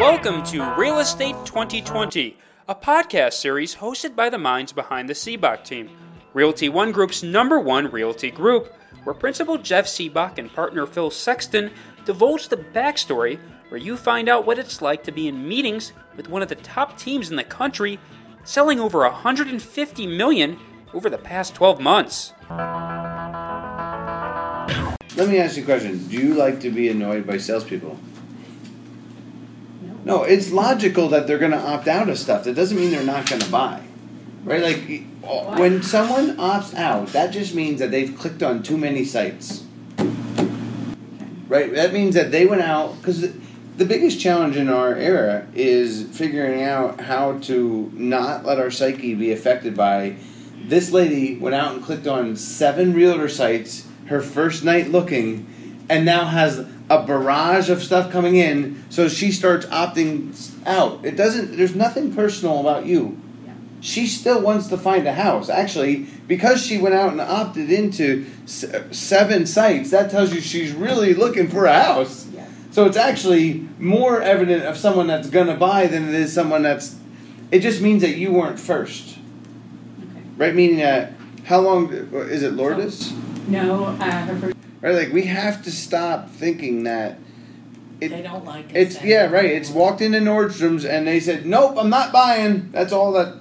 Welcome to Real Estate 2020, a podcast series hosted by the minds behind the Seabach team, Realty One Group's number one realty group, where Principal Jeff Seabach and partner Phil Sexton divulge the backstory where you find out what it's like to be in meetings with one of the top teams in the country, selling over 150 million over the past 12 months. Let me ask you a question. Do you like to be annoyed by salespeople? No, it's logical that they're going to opt out of stuff. That doesn't mean they're not going to buy. Right? Like, when someone opts out, that just means that they've clicked on too many sites. Right? That means that they went out. Because the biggest challenge in our era is figuring out how to not let our psyche be affected by this lady went out and clicked on seven realtor sites her first night looking and now has a barrage of stuff coming in so she starts opting out it doesn't there's nothing personal about you she still wants to find a house actually because she went out and opted into se- seven sites that tells you she's really looking for a house Yeah. so it's actually more evident of someone that's going to buy than it is someone that's it just means that you weren't first Okay. right? Meaning that how long is it, Lourdes? No, uh, her first, Right, like we have to stop thinking that it, They don't like it. it's yeah, right. It's walked into Nordstrom's and they said, "Nope, I'm not buying." That's all that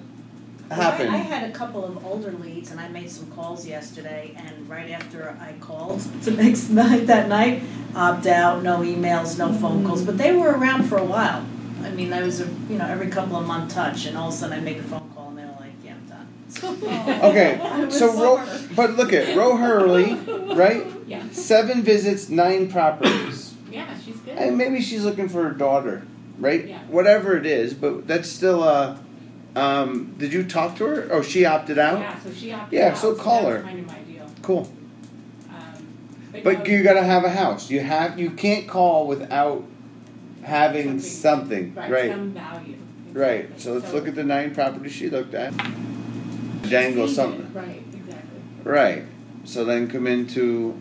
happened. I, I had a couple of older leads, and I made some calls yesterday. And right after I called to make night that night, opt out, no emails, no phone calls. But they were around for a while. I mean, I was a you know every couple of month touch, and all of a sudden I make a phone call, and they were like, "Yeah, I'm done." Oh. okay, so Ro, but look at Ro Hurley, right? yeah, Seven visits, nine properties. yeah, she's good. And maybe she's looking for her daughter, right? Yeah. Whatever it is, but that's still uh um did you talk to her? Oh, she opted out? yeah, so she opted Yeah, out, so call that's her. Kind of my deal. Cool. Um, but But no, you gotta have a house. You have you can't call without having something, right, right? Some value. right. exactly. So let's look at the nine properties she looked at. Dangle seed it, something, Right, exactly. right? So then come into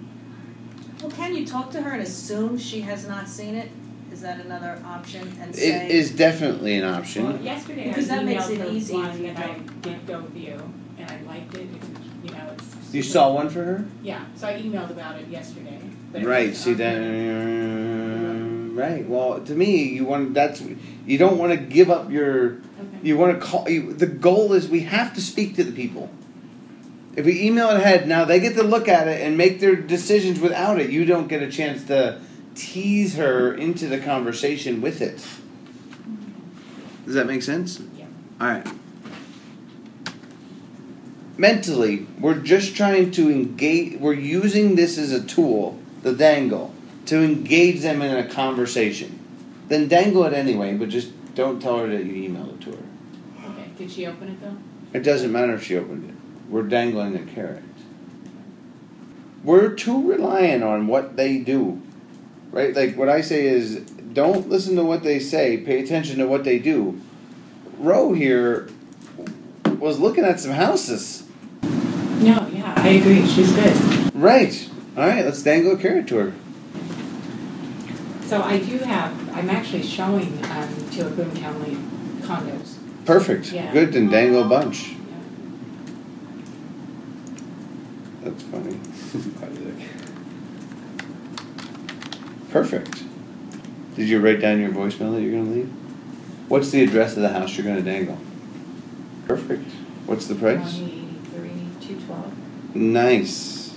Well, can you talk to her and assume she has not seen it? Is that another option? And say it is definitely an Well, option. yesterday Because I that makes it emailed her easy if one you that I did go view and I liked it. It's, you know, it's You super- saw one for her, Yeah, so I emailed about it yesterday. But it right? was See on- then, uh, right? Well, to me, you want that's you don't want to give up your Okay. You want to call. You, the goal is we have to speak to the people. If we email it ahead, now they get to look at it and make their decisions without it. You don't get a chance to tease her into the conversation with it. Does that make sense? Yeah. All right. Mentally, we're just trying to engage. We're using this as a tool, the dangle, to engage them in a conversation. Then dangle it anyway, but just don't tell her that you emailed it to her. Okay. Did she open it though? It doesn't matter if she opened it. We're dangling the carrot. We're too reliant on what they do. Right? Like what I say is don't listen to what they say, pay attention to what they do. Roe here was looking at some houses. No. Yeah, I agree. She's good. Right. Alright, let's dangle a carrot to her. So I do have, I'm actually showing um, to a Boone County condos. Perfect. Yeah. Good, then dangle a bunch. Yeah. That's funny. Perfect. Did you write down your voicemail that you're gonna leave? What's the address of the house you're gonna dangle? Perfect. What's the price? 183, 212. Nice.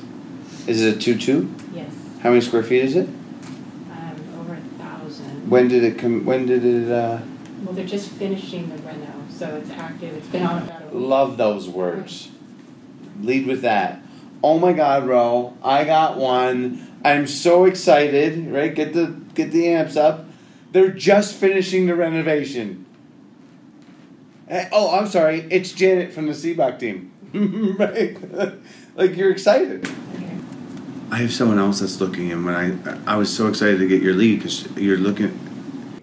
Is it a two-two? Yes. How many square feet is it? Um, over a thousand. When did it come? When did it? Uh, Well, they're just finishing the reno, so it's active. It's been on about a week. love those words. Lead with that. Oh my God, Ro! I got one. I'm so excited. Right? Get the get the amps up. They're just finishing the renovation. Eh, Oh, I'm sorry. It's Janet from the Seabuck team. right? like you're excited. Okay. I have someone else that's looking, and when I I was so excited to get your lead because you're looking.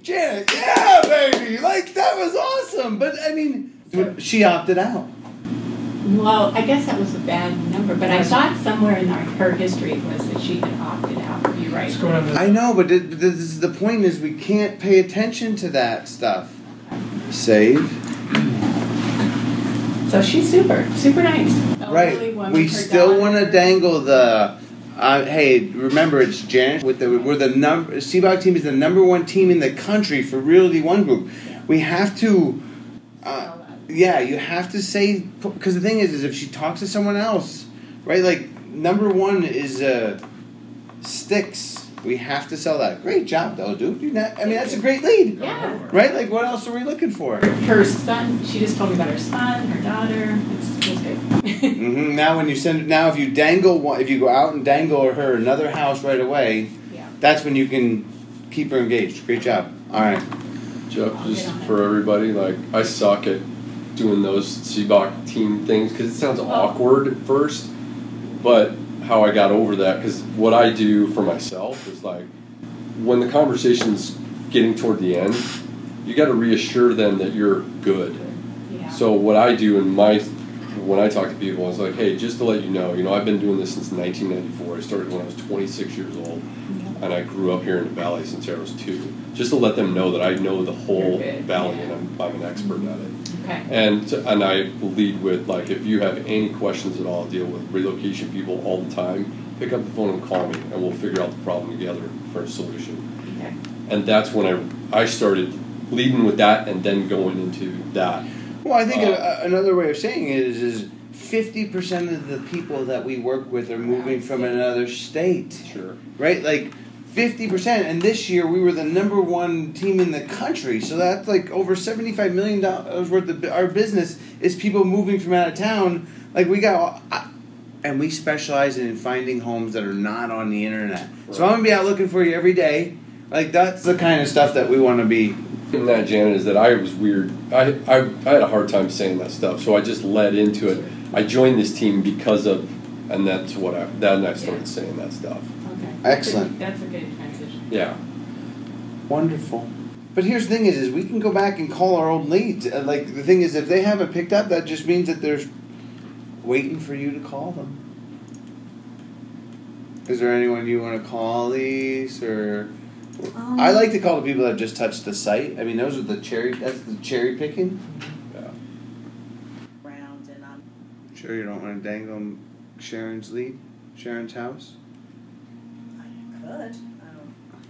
Janet, yeah, baby, like that was awesome. But I mean, she opted out. Well, I guess that was a bad number, but I thought somewhere in our, her history was that she had opted out. you right. It's going on the- I know, but th- this is the point is we can't pay attention to that stuff. Save. So she's super, super nice. Elderly Right. woman, We her still daughter. want to dangle the. Uh, hey, remember it's Janet with the we're the number Seabog team is the number one team in the country for Realty One Group. We have to. Uh, yeah, you have to say because the thing is, is if she talks to someone else, right? Like number one is uh, sticks. We have to sell that. Great job, though, dude. You not, I mean, that's a great lead, Yeah. right? Like, what else are we looking for? Her son. She just told me about her son, her daughter. It's, it's good. hmm Now, when you send now, if you dangle, one, if you go out and dangle her another house right away, yeah. that's when you can keep her engaged. Great job. All right. Jeff, just for everybody, like I suck at doing those Seabach team things because it sounds awkward at first. But how I got over that, because what I do for myself is like when the conversation's getting toward the end, you got to reassure them that you're good. Yeah. So what I do in my when I talk to people, it's like, hey, just to let you know, you know, I've been doing this since 1994. I started when I was 26 years old, and I grew up here in the valley since I was two. Just to let them know that I know the whole You're good. valley and I'm, I'm an expert at it. okay. And and I lead with like, if you have any questions at all, I deal with relocation people all the time. Pick up the phone and call me, and we'll figure out the problem together for a solution Okay. and that's when I I started leading with that and then going into that. Well, I think Uh, a, a- another way of saying it is is fifty percent of the people that we work with are moving from another state. Sure. right? Like fifty percent. And this year we were the number one team in the country. So that's like over seventy five million dollars worth of bu- our business is people moving from out of town. Like we got, I- and we specialize in finding homes that are not on the internet. So I'm gonna be out looking for you every day. Like that's the kind of stuff that we want to be. And that Janet is that I was weird. I, I I had a hard time saying that stuff, so I just led into it. I joined this team because of, and that's what I then I started saying that stuff. Okay. Excellent. That's a good transition. Yeah. Wonderful. But here's the thing: is, is we can go back and call our old leads. Uh, Like the thing is, if they haven't picked up, that just means that they're waiting for you to call them. Is there anyone you want to call these or? I Um. like to call the people that just touched the site. I mean, those are the cherry. That's the cherry picking. round and I'm Sure, you don't want to dangle Sharon's lead, Sharon's house. I could. I don't,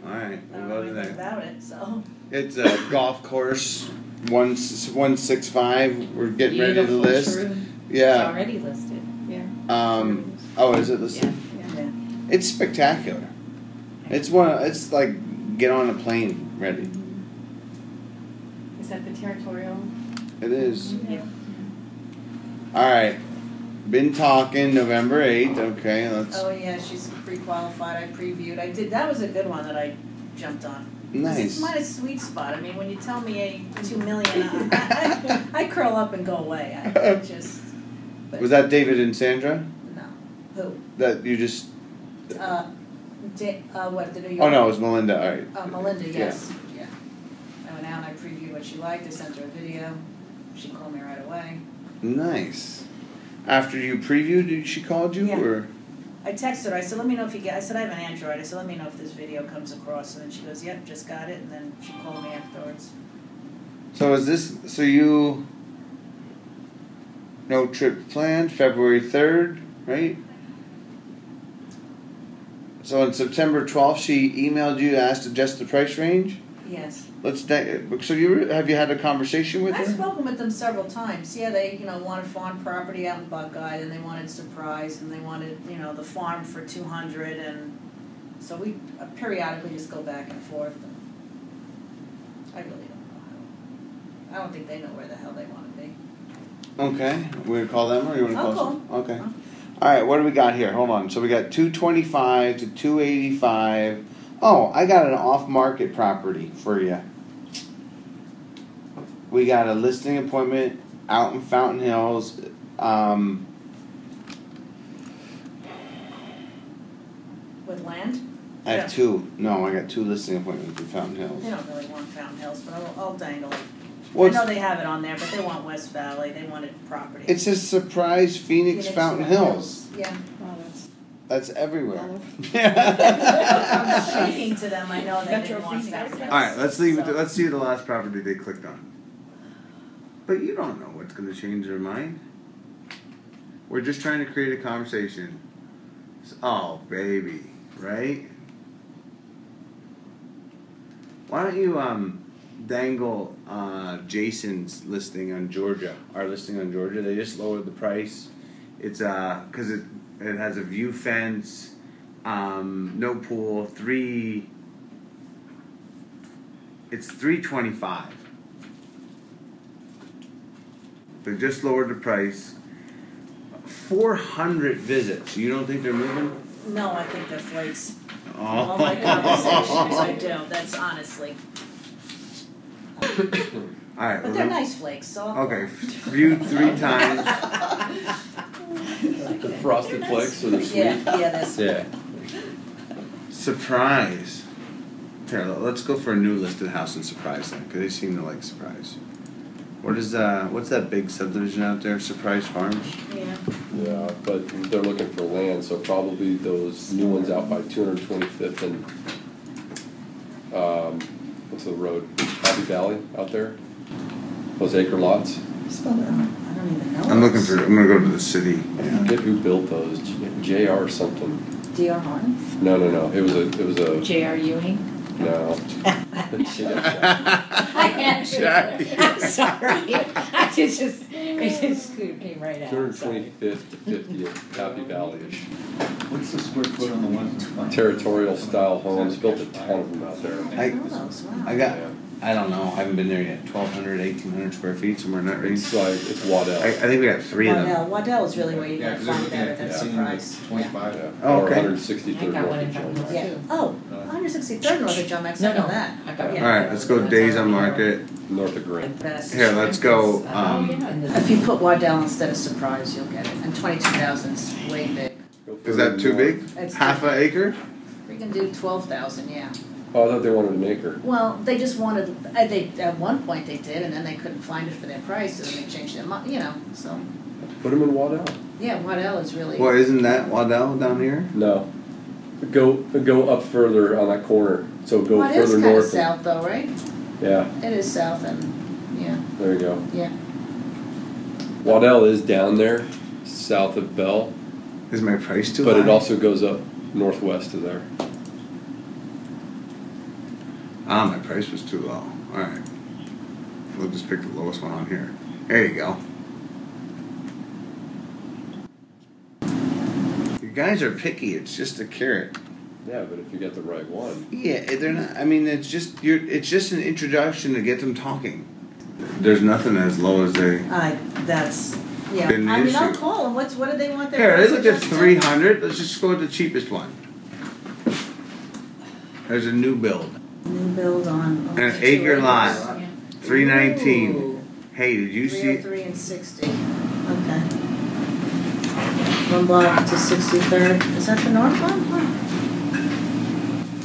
All right, I we'll don't go know to anything that. about it, so It's a golf course. One s- one six five. We're getting ready to Beautiful list. shroom. It's Yeah. already listed. Um, oh, is it listed? Yeah, yeah. yeah. It's spectacular. It's one. It's like get on a plane ready. Is that the territorial? It is. Yeah. All right. Been talking November eighth. Okay, let's Oh yeah, she's pre-qualified. I previewed. I did. That was a good one that I jumped on. It's nice. my sweet spot. I mean, when you tell me a two million, I, I, I curl up and go away. I, I just Was that David and Sandra no. Who? that you just? Uh, da- uh, what the New York? Oh no, it was Melinda. All right. Uh, Melinda, yes. Yeah. I went out and I previewed what she liked. I sent her a video. She called me right away. Nice. After you previewed, she called you Yeah. or? I texted her. I said, "Let me know if you get." I said, "I have an Android." I said, "Let me know if this video comes across." And then she goes, "Yep, just got it." And then she called me afterwards. So is this? So you? No trip planned. February third, right? So on September twelfth, she emailed you, asked to adjust the price range. Yes. Let's. da- So you have you had a conversation with I've her? spoken with them several times. Yeah, they, you know, wanted farm property out in Buckeye, and they wanted surprise, and they wanted, you know, the farm for two hundred, and so we uh, periodically just go back and forth. And I really don't know how. I don't think they know where the hell they want to be. Okay, we gonna call them, or you want to call? I'll call. Uh-huh. some- Okay. All right. What do we got here? Hold on. So we got two twenty five to two eighty five. Oh, I got an off market property for you. We got a listing appointment out in Fountain Hills. Um, With land, I Yeah. have two. No, I got two listing appointments in Fountain Hills. they don't really want Fountain Hills, but I'll, I'll dangle it. I What's know they have it on there, but they want West Valley. They wanted property. it says surprise Phoenix, Fountain Hills. Yeah. Wow, that's That's everywhere. All I'm All speaking to them, I know they didn't want that. Metro right, let's leave it. To, let's see the last property they clicked on. But you don't know what's going to change their mind. We're just trying to create a conversation. It's- Oh, baby, right? Why don't you um, dangle uh, Jason's listing on Georgia? Our listing on Georgia. They just lowered the price. It's uh, cause it it has a view fence, um, no pool, three. It's three twenty five. They just lowered the price. Four hundred visits. You don't think they're moving? No, I think they're flakes. Oh, All my conversations I do, that's honestly. All right. well, But they're then- nice flakes, so. I'll- Okay, viewed three times. The frosted flakes or the sweet. Yeah, yeah, that's. Yeah. Surprise. Here, le- let's go for a new listed house and surprise them because they seem to like surprise. What is uh? What's that big subdivision out there? Surprise Farms. Yeah. Yeah, but they're looking for land, so probably those new ones out by two hundred twenty-fifth and, um, what's the road, Happy Valley out there? Those acre lots, Spell it out. I don't even know. I'm looking for. I'm gonna go to the city. I forget who built those, J R something, D.R. Horn. no, no, no, it was a, it was a, J.R. Ewing. no. She got shot. I can't do it. I'm sorry. I just, just it just came right out. Two hundred Sorry. twenty-fifth to fiftieth, Happy Valley-ish, What's the square foot on the one? territorial style homes, built a ton of them out there. I, Oh, those, wow. I got. I don't know. I haven't been there yet. 1,200, 1,800 square feet somewhere in that range. It's like, it's I, I Waddell, think we got three of them. Waddell, Waddell is really where you Yeah, gotta because they're find that looking at at that that scene surprise. with Yeah. twenty-five. Oh, or okay. hundred sixty-third I got one in North front of Carolina. us Yeah, too. oh, 163rd Northern John Max, I know that. I got one. Yeah. All right, let's go days on market. North of Grant. That's- Here, let's go. Um, And If the- you put Waddell instead of surprise, you'll get it, and twenty-two thousand's way big. is that too big? It's- Half an acre? We can do twelve thousand, yeah. Oh, I thought they wanted an acre. Well, they just wanted, uh, they, at one point they did, and then they couldn't find it for their price, and they changed their mind, you know, so. Put them in Waddell. Yeah, Waddell is really, Well, isn't that Waddell down here? No, go go up further on that corner. So go Waddell's further kinda north. south though, right? Yeah, It is south and, yeah, there you go. yeah. Waddell is down there, south of Bell, Is my price too but high? it also goes up northwest of there. Ah, my price was too low. All right. We'll just pick the lowest one on here. There you go. You guys are picky. It's just a carrot. Yeah, but if you get the right one, Yeah, eh, they're not. I mean, it's just you're. It's just an introduction to get them talking. There's nothing as low as they. I, that's, yeah, Been the I mean, I'll issue. call them, what's, what do they want their? Here, price they looked at adjusted? three hundred. Let's just go with the cheapest one. There's a new build, New build on. on An two acre acres. lot. Yeah. three nineteen. Ooh, Hey, did you Three oh see? three and sixty, okay. From block to sixty-third, is that the north one?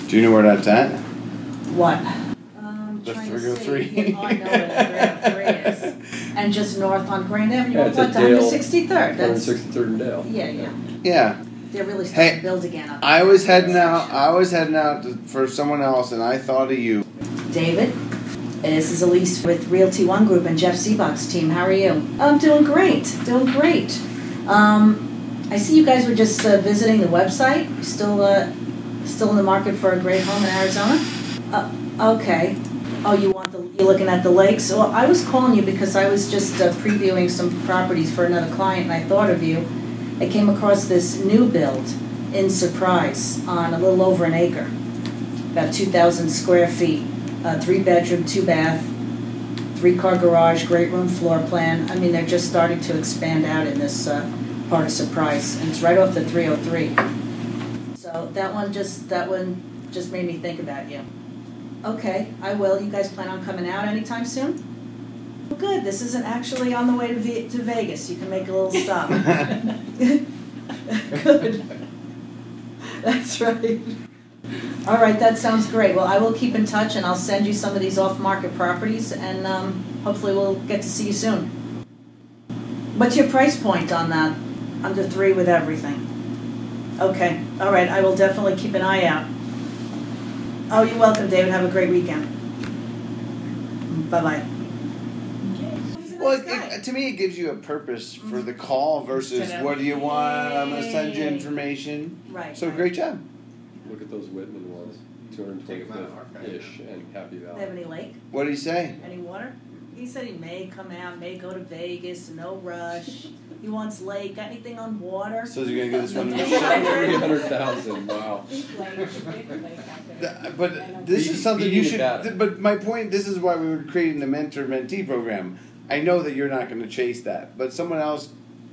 Do you know where that's at? What? Um, The trying three to oh see. three. Yeah, I know where the three oh three is, and just north on Grand Avenue, Yeah, up it's a to hundred Dale- sixty-third, that's, 163rd and Dale. yeah, yeah, Yeah. they're really Hey, starting to build again up. I was heading there. out. I was heading out to, for someone else, and I thought of you. David. Uh, This is Elise with Realty One Group and Jeff Seabock's team. How are you? I'm doing great. Doing great. Um, I see you guys were just uh, visiting the website. You Still, uh, still in the market for a great home in Arizona. Uh, okay. Oh, you want the? You're looking at the lakes. Well, I was calling you because I was just uh, previewing some properties for another client, and I thought of you. I came across this new build in Surprise on a little over an acre, about 2,000 square feet uh, three bedroom, two bath, three car garage, great room floor plan. I mean, they're just starting to expand out in this uh, part of Surprise, and it's right off the 303. So that one just that one just made me think about you. Okay, I will. You guys plan on coming out anytime soon? Well, Good. This isn't actually on the way to, v- to Vegas. You can make a little stop. Good. That's right. All right, that sounds great. Well, I will keep in touch and I'll send you some of these off-market properties and um, hopefully we'll get to see you soon. What's your price point on that? Under three with everything? Okay, all right, I will definitely keep an eye out. Oh, you're welcome, David, have a great weekend. Bye-bye. He's a Well, nice it, guy. it, to me, it gives you a purpose for the call versus what do you want? I'm gonna send you information. Right. So right. great job. Look at those Whitman ones, two hundred Take 'em out of archive. twenty-five-ish and Happy Do Valley. they have any lake, What did he say? any water? He said he may come out, may go to Vegas, no rush. He wants lake, got anything on water? So you're gonna give this one to Three Michelle. hundred thousand, wow. Th- But this You- is something you you need should. that. th- But my point, this is why we were creating the mentor mentee program. I know that you're not going to chase that, but someone else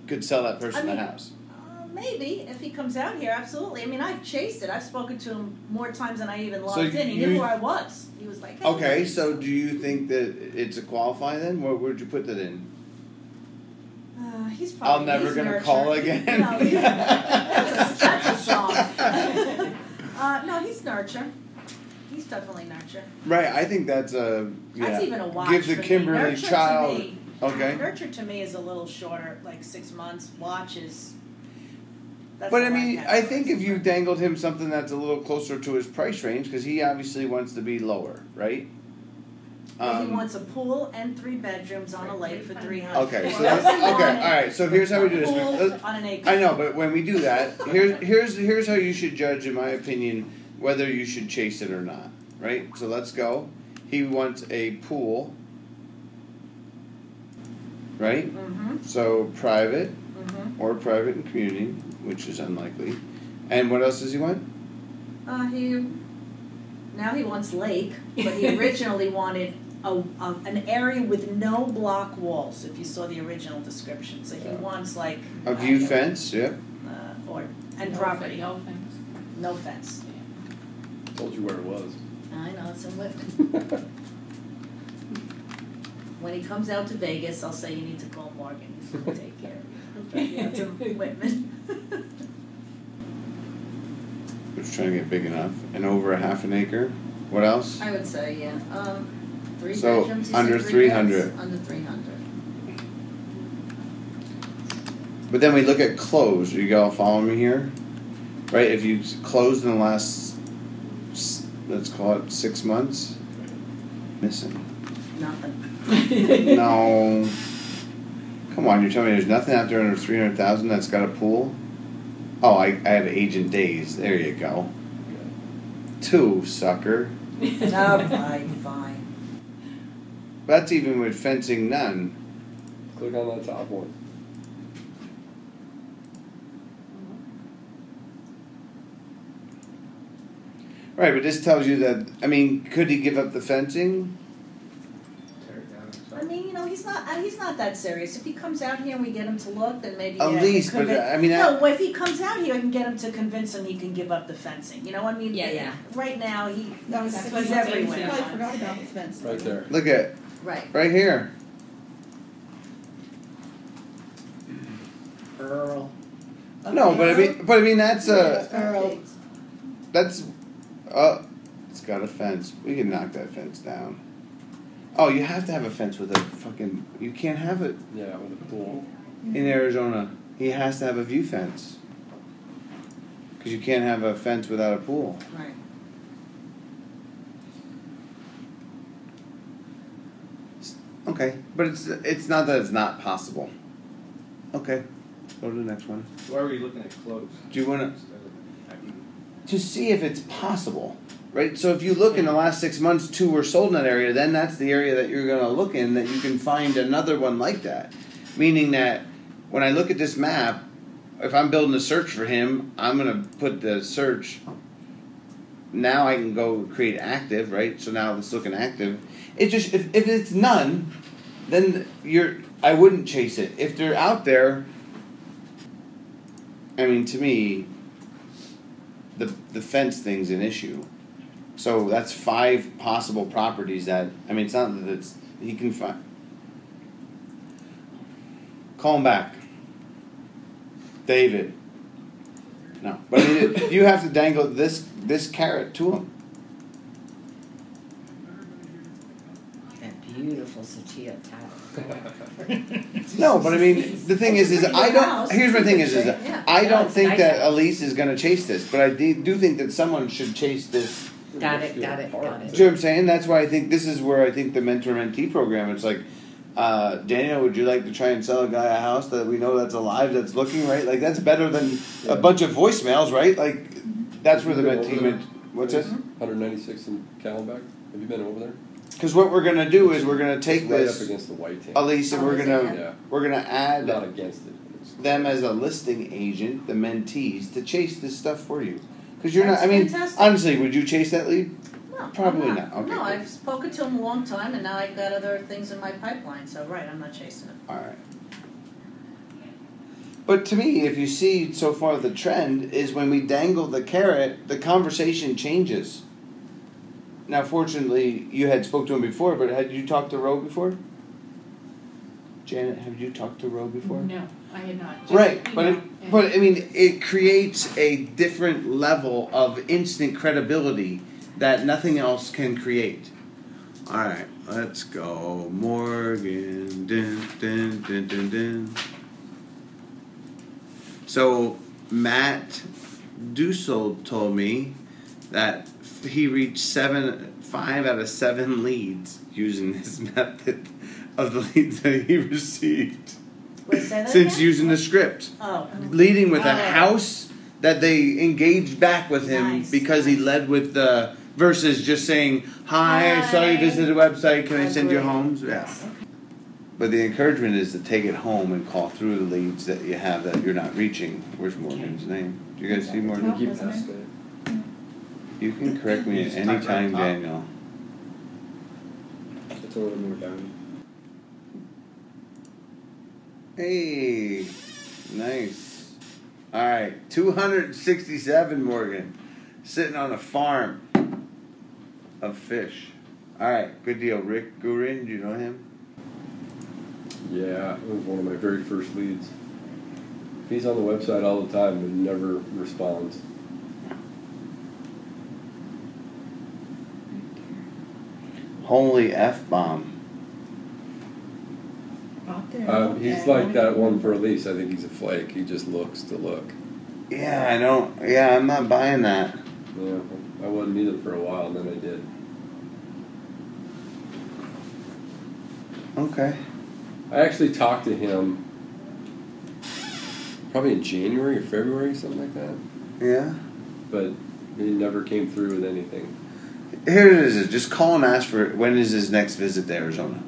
could sell that person I mean- the house. Uh, Maybe, if he comes out here, absolutely. I mean, I've chased it. I've spoken to him more times than I even logged So in. He you- knew where I was. He was like, hey. Okay, so do you think that it's a qualify then? Where would you put that in? Uh, he's probably I'll never he's gonna nurtured. call again. No, he- that's, a, that's a song. uh, no, he's nurture. He's definitely nurture. right, I think that's a yeah. That's even a watch. Give the for me. Kimberly Nurture to child- me- Okay. Nurture to me is a little shorter, like six months. Watch is. That's But how I mean, I categorize think it. if you dangled him something that's a little closer to his price range, because he obviously wants to be lower, right? he um, wants a pool and three bedrooms on a lake for three hundred. Okay, so Well, that's, that's okay, a all lot. right. So here's how we do this. Pool Let's- on an acre. I know, but when we do that, here's here's here's how you should judge, in my opinion, whether you should chase it or not. Right. So let's go. He wants a pool. Right. Mm-hmm. So private Mm-hmm. or private and community, which is unlikely. And what else does he want? Uh, he now he wants lake, but he originally wanted a, a, an area with no block walls. If you saw the original description, so he Yeah. wants like A view fence. Yep. uh, or and property, No offense. no fence. Told you where it was. I know it's a lip. When he comes out to Vegas, I'll say you need to call Morgan. He's gonna take care of you. He'll drive you out to Whitman. We're just trying to get big enough and over a half an acre. What else? I would say yeah. Um, three So, bedrooms. you said under three beds? 300. Under three hundred. But then we look at close. Are you all follow me here? Right? If you closed in the last, s- let's call it six months, missing. Nothing. No. Come on, you're telling me there's nothing out there under 300,000 that's got a pool? Oh, I, I have agent days. There you go. Two, sucker. No, fine, fine. That's even with fencing none. Click on that top one. Right, but this tells you that, I mean, could he give up the fencing? Tear it down. I mean, you know, he's not. uh, He's not that serious. If he comes out here and we get him to look, then maybe At yeah, least, convin- but I mean, I- no. well, If he comes out here, I can get him to convince him he can give up the fencing. You know, I mean, Yeah, yeah. Right now, he That was he's six months everywhere. into it. I forgot about the fence. Right there. Look at, Right. right here. Earl. No, but I mean, but I mean, that's a. Earl. That's uh it's got a fence. We can knock that fence down. Oh, you have to have a fence with a fucking you can't have it Yeah, with a pool. in Arizona. He has to have a view fence. Cuz you can't have a fence without a pool. Right. Okay, but it's it's not that it's not possible. Okay. Go to the next one. Why were you looking at close? Do you wanna- Instead of happy. To see if it's possible. Right? So if you look in the last 6 months two were sold in that area, then that's the area that you're going to look in that you can find another one like that. meaning that when I look at this map, if I'm building a search for him, I'm gonna put the search. Now I can go create active, right? So now it's looking active. It just if, if it's none, then you're I wouldn't chase it. If they're out there, I mean to me, the the fence thing's an issue. So that's five possible properties that I mean it's not that it's he can find. Call him back. David. No, but I mean, it- you have to dangle this this carrot to him. That beauty. beautiful sativa tower. No, but I mean, the thing is, is I don't. Here's my thing is, is Yeah. I don't it's think nice that out. Elise is going to chase this, but I do do think that someone should chase this. Got it, got it, got Do you know it. what I'm saying? That's why I think this is where I think the mentor mentee program. It's like, uh, Daniel, would you like to try and sell a guy a house that we know that's alive, that's looking right? Like that's better than a bunch of voicemails, right? Like that's where the mentee. Ment- what's it? Mm-hmm. 196 in Camelback. Have you been over there? Because what we're going to do is we're going to take right up this against the white tank. Elise, and we're Obviously, gonna yeah, we're gonna add not against it. them as a listing agent, the mentees, to chase this stuff for you. Because you're That's not. I mean, fantastic. honestly, would you chase that lead? No, I'm Probably not. Okay, No, good. I've spoken to him a long time, and now I've got other things in my pipeline. So right, I'm not chasing him. All right. But to me, if you see so far the trend is when we dangle the carrot, the conversation changes. Now, fortunately, you had spoke to him before, but had you talked to Roe before? Janet, have you talked to Roe before? No, I had not. Just Right, but email it, but I mean, it creates a different level of instant credibility that nothing else can create. All right, let's go, Morgan. Dun, dun, dun, dun, dun. So Matt Dussel told me that he reached seven, five out of seven leads using this method of the leads that he received Wait, say that since again? using the script, Oh, leading with a Oh. house that they engaged back with him Nice, because he nice. led with the versus just saying, "Hi, I saw you Hi. Oh, visit the website. Can I, I send you agree. homes?" Yeah. yes. But the encouragement is to take it home and call through the leads that you have that you're not reaching. Where's Morgan's name? Do you guys see Morgan? Keep past it. You can correct me at Just any type right time, up. Daniel. It's a little more down. Hey, nice. All right, 267 Morgan, sitting on a farm of fish. All right, good deal. Rick Gurin, do you know him? Yeah, it was one of my very first leads. He's on the website all the time but never responds. Holy F bomb. Out there, Um, he's okay. like that one for Elise. I think he's a flake. He just looks to look. Yeah, I don't. Yeah, I'm not buying that. Yeah, I wasn't either for a while, and then I did. Okay. I actually talked to him probably in January or February, something like that. Yeah. But he never came through with anything. Here it is. Just call and ask for when is his next visit to Arizona.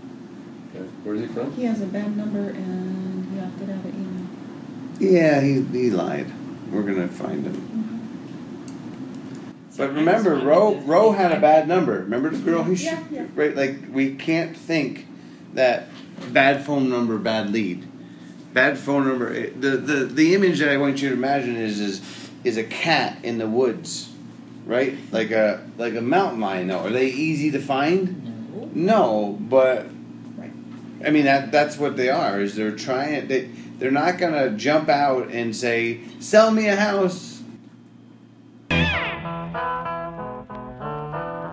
Okay. Where's he from? He has a bad number and he opted out of email. Yeah, he, he lied. We're gonna find him. But remember, Roe Roe had a bad number. Remember the girl who sh- Yeah, yeah. right? Like we can't think that bad phone number, bad lead, bad phone number. it- The the the image that I want you to imagine is is is a cat in the woods, right? Like a like a mountain lion. Though are they easy to find? No. No, but Right. I mean that that's what they are. Is they're trying they they're not gonna jump out and say sell me a house.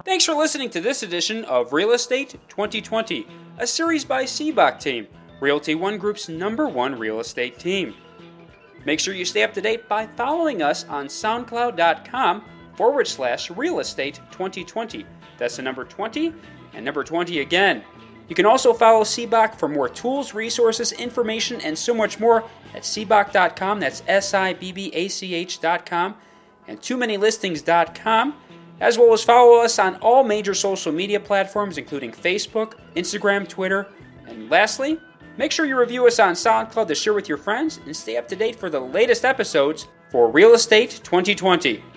Thanks for listening to this edition of Real Estate 2020, a series by Seabock Team, Realty One Group's number one real estate team. Make sure you stay up to date by following us on SoundCloud.com forward slash Real Estate 2020. That's the number 20 and number 20 again. You can also follow Seabock for more tools, resources, information, and so much more at Seabock.com. That's S I B B A C H.com and toomanylistings.com, as well as follow us on all major social media platforms, including Facebook, Instagram, Twitter, and lastly, make sure you review us on SoundCloud to share with your friends and stay up to date for the latest episodes for Real Estate 2020.